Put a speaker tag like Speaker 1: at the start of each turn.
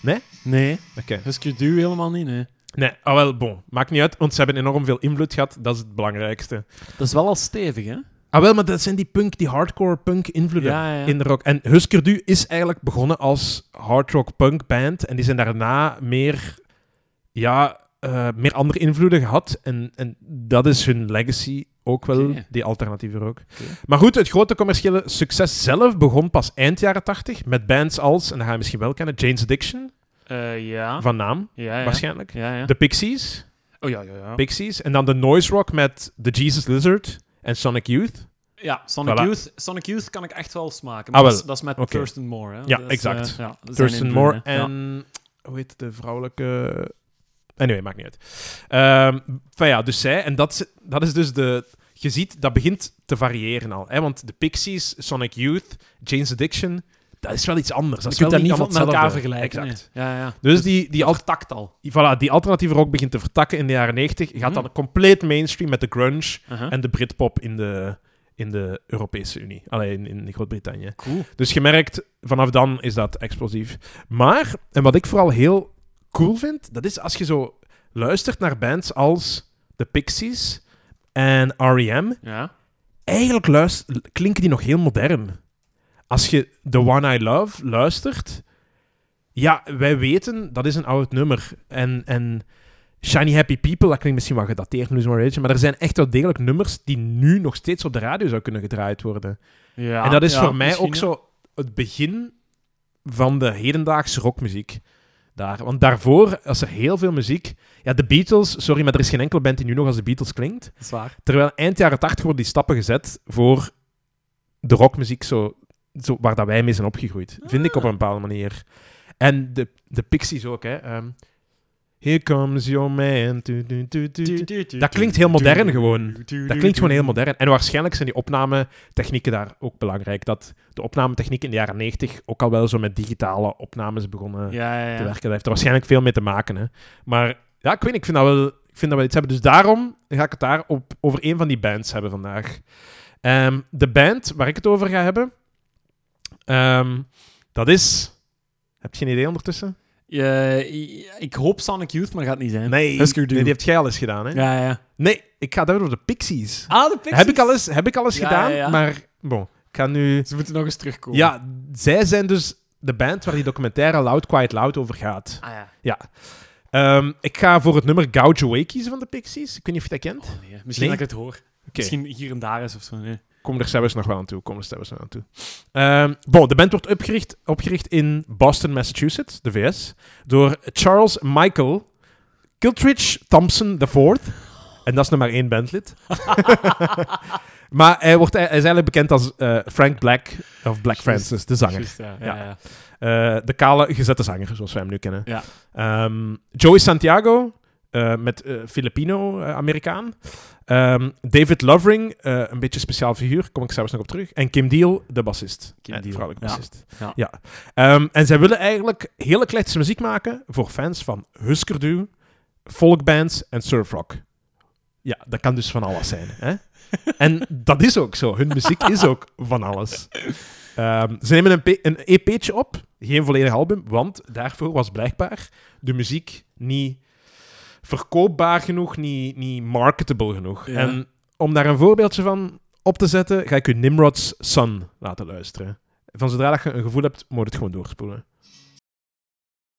Speaker 1: Nee?
Speaker 2: Nee,
Speaker 1: Oké.
Speaker 2: Rescue helemaal niet, nee.
Speaker 1: Nee, ah wel, bon. Maakt niet uit, want ze hebben enorm veel invloed gehad. Dat is het belangrijkste.
Speaker 2: Dat is wel al stevig, hè?
Speaker 1: Ah wel, maar dat zijn die punk, die hardcore punk invloeden
Speaker 2: Ja, ja.
Speaker 1: in de rock. En Husker Du is eigenlijk begonnen als hard rock punk band. En die zijn daarna meer, ja, eh, meer andere invloeden gehad. En, en dat is hun legacy ook wel,
Speaker 2: Oké.
Speaker 1: die alternatieve rock.
Speaker 2: Oké.
Speaker 1: Maar goed, het grote commerciële succes zelf begon pas eind jaren 80 met bands als, en dat ga je misschien wel kennen, Jane's Addiction,
Speaker 2: Eh, ja.
Speaker 1: van naam
Speaker 2: ja, ja.
Speaker 1: waarschijnlijk.
Speaker 2: Ja, ja.
Speaker 1: De Pixies.
Speaker 2: Oh ja, ja, ja.
Speaker 1: Pixies. En dan de noise rock met The Jesus Lizard en Sonic Youth.
Speaker 2: Ja, Sonic,
Speaker 1: Voilà.
Speaker 2: Youth, Sonic Youth kan ik echt wel smaken.
Speaker 1: Ah,
Speaker 2: Maar
Speaker 1: wel.
Speaker 2: dat, is, dat is met
Speaker 1: Oké.
Speaker 2: Thurston Moore. Hè?
Speaker 1: Ja,
Speaker 2: Dat is,
Speaker 1: exact.
Speaker 2: eh, ja, zijn
Speaker 1: Thurston
Speaker 2: invloeden,
Speaker 1: Moore
Speaker 2: hè. Ja.
Speaker 1: en... Hoe heet de vrouwelijke... Anyway, maakt niet uit. Ehm, Van ja, dus zij... En dat, is- dat is dus de... Je ziet, dat begint te variëren al. Hè? Want de Pixies, Sonic Youth, Jane's Addiction... Dat is wel iets anders. Dat
Speaker 2: Je
Speaker 1: is
Speaker 2: kunt
Speaker 1: wel
Speaker 2: dat niet
Speaker 1: allemaal
Speaker 2: met elkaar
Speaker 1: hetzelfde.
Speaker 2: vergelijken.
Speaker 1: Exact.
Speaker 2: nee. Ja, ja.
Speaker 1: Dus die, die, al,
Speaker 2: takt al.
Speaker 1: voilà, die alternatieve rock begint te vertakken in de jaren 90. Gaat dan
Speaker 2: Hmm.
Speaker 1: compleet mainstream met de grunge
Speaker 2: Uh-huh.
Speaker 1: en de Britpop in de, in de Europese Unie. Alleen in, in Groot-Brittannië.
Speaker 2: Cool.
Speaker 1: Dus je merkt, vanaf dan is dat explosief. Maar, en wat ik vooral heel cool vind, dat is als je zo luistert naar bands als The Pixies en E R.E.M.,
Speaker 2: Ja.
Speaker 1: eigenlijk luist- klinken die nog heel modern. Als je The One I Love luistert, ja, wij weten, dat is een oud nummer. En, en Shiny Happy People, dat klinkt misschien wel gedateerd nu zo'n beetje, maar er zijn echt wel degelijk nummers die nu nog steeds op de radio zou kunnen gedraaid worden
Speaker 2: ja.
Speaker 1: en dat is
Speaker 2: ja,
Speaker 1: voor mij
Speaker 2: misschien,
Speaker 1: ook
Speaker 2: ja.
Speaker 1: zo het begin van de hedendaagse rockmuziek. Daar. Want daarvoor was er heel veel muziek. Ja, de Beatles, sorry, maar er is geen enkele band die nu nog als de Beatles klinkt.
Speaker 2: Dat is waar.
Speaker 1: Terwijl eind jaren 80 worden die stappen gezet voor de rockmuziek zo, zo, waar dat wij mee zijn opgegroeid. Vind ik op een bepaalde manier. En de, de Pixies ook, hè. Ehm, Here comes your man. Tu, tu, tu, tu, tu. Dat klinkt heel modern gewoon. Dat klinkt gewoon heel modern. En waarschijnlijk zijn die opnametechnieken daar ook belangrijk. Dat de opnametechniek in de jaren 90 ook al wel zo met digitale opnames begonnen
Speaker 2: Ja, ja,
Speaker 1: te
Speaker 2: ja.
Speaker 1: werken. Dat heeft er waarschijnlijk veel mee te maken. Hè. Maar ja, ik weet niet, ik vind dat wel, ik vind dat wel iets hebben. Dus daarom ga ik het daar op, over een van die bands hebben vandaag. Ehm, de band waar ik het over ga hebben, ehm, dat is... Heb je geen idee ondertussen?
Speaker 2: Je- i- ik hoop Sonic Youth, maar dat gaat niet zijn.
Speaker 1: Nee,
Speaker 2: Husker Du.
Speaker 1: nee, die hebt jij al eens gedaan. Hè?
Speaker 2: Ja, ja.
Speaker 1: Nee, ik ga het hebben over de Pixies.
Speaker 2: Ah, de Pixies.
Speaker 1: Heb ik al eens, heb ik al eens
Speaker 2: Ja,
Speaker 1: gedaan,
Speaker 2: ja, ja.
Speaker 1: maar bon, ik ga nu...
Speaker 2: Ze moeten nog eens terugkomen.
Speaker 1: Ja, zij zijn dus de band waar die documentaire Loud Quiet Loud over gaat.
Speaker 2: Ah, ja.
Speaker 1: Ehm, ik ga voor het nummer Gouge Away kiezen van de Pixies. Ik weet niet of je dat kent.
Speaker 2: Oh, nee. Misschien
Speaker 1: Nee?
Speaker 2: dat ik het hoor. Misschien hier en daar is of zo. Nee.
Speaker 1: Kom er zelfs nog wel aan toe. Kom er zelfs nog aan toe. Ehm, bon, de band wordt opgericht, opgericht in Boston, Massachusetts, de VS, door Charles Michael Kiltridge Thompson IV. En dat is nog maar één bandlid. maar hij, wordt, hij is eigenlijk bekend als eh, Frank Black, of Black
Speaker 2: Juist,
Speaker 1: Francis, de zanger.
Speaker 2: Juist, ja,
Speaker 1: Ja.
Speaker 2: ja, ja.
Speaker 1: Eh, de kale gezette zanger, zoals wij hem nu kennen.
Speaker 2: Ja.
Speaker 1: Ehm, Joey Santiago, eh, met eh, Filipino, eh, Amerikaan. Ehm, David Lovering, eh, een beetje speciaal figuur, kom ik zelfs nog op terug. En Kim Deal, de bassist.
Speaker 2: Kim
Speaker 1: en
Speaker 2: Deal,
Speaker 1: vrouwelijke
Speaker 2: ja.
Speaker 1: bassist.
Speaker 2: Ja.
Speaker 1: Ehm, en zij willen eigenlijk hele kleine muziek maken voor fans van Husker Du, folkbands en surfrock. Ja, dat kan dus van alles zijn. Hè? en dat is ook zo. Hun muziek is ook van alles. Ehm, ze nemen een, pe- een EP'tje op, geen volledig album, want daarvoor was blijkbaar de muziek niet verkoopbaar genoeg, niet, niet marketable genoeg.
Speaker 2: Ja.
Speaker 1: En om daar een voorbeeldje van op te zetten, ga ik u Nimrod's Sun laten luisteren. Van zodra dat je een gevoel hebt, moet je het gewoon doorspoelen.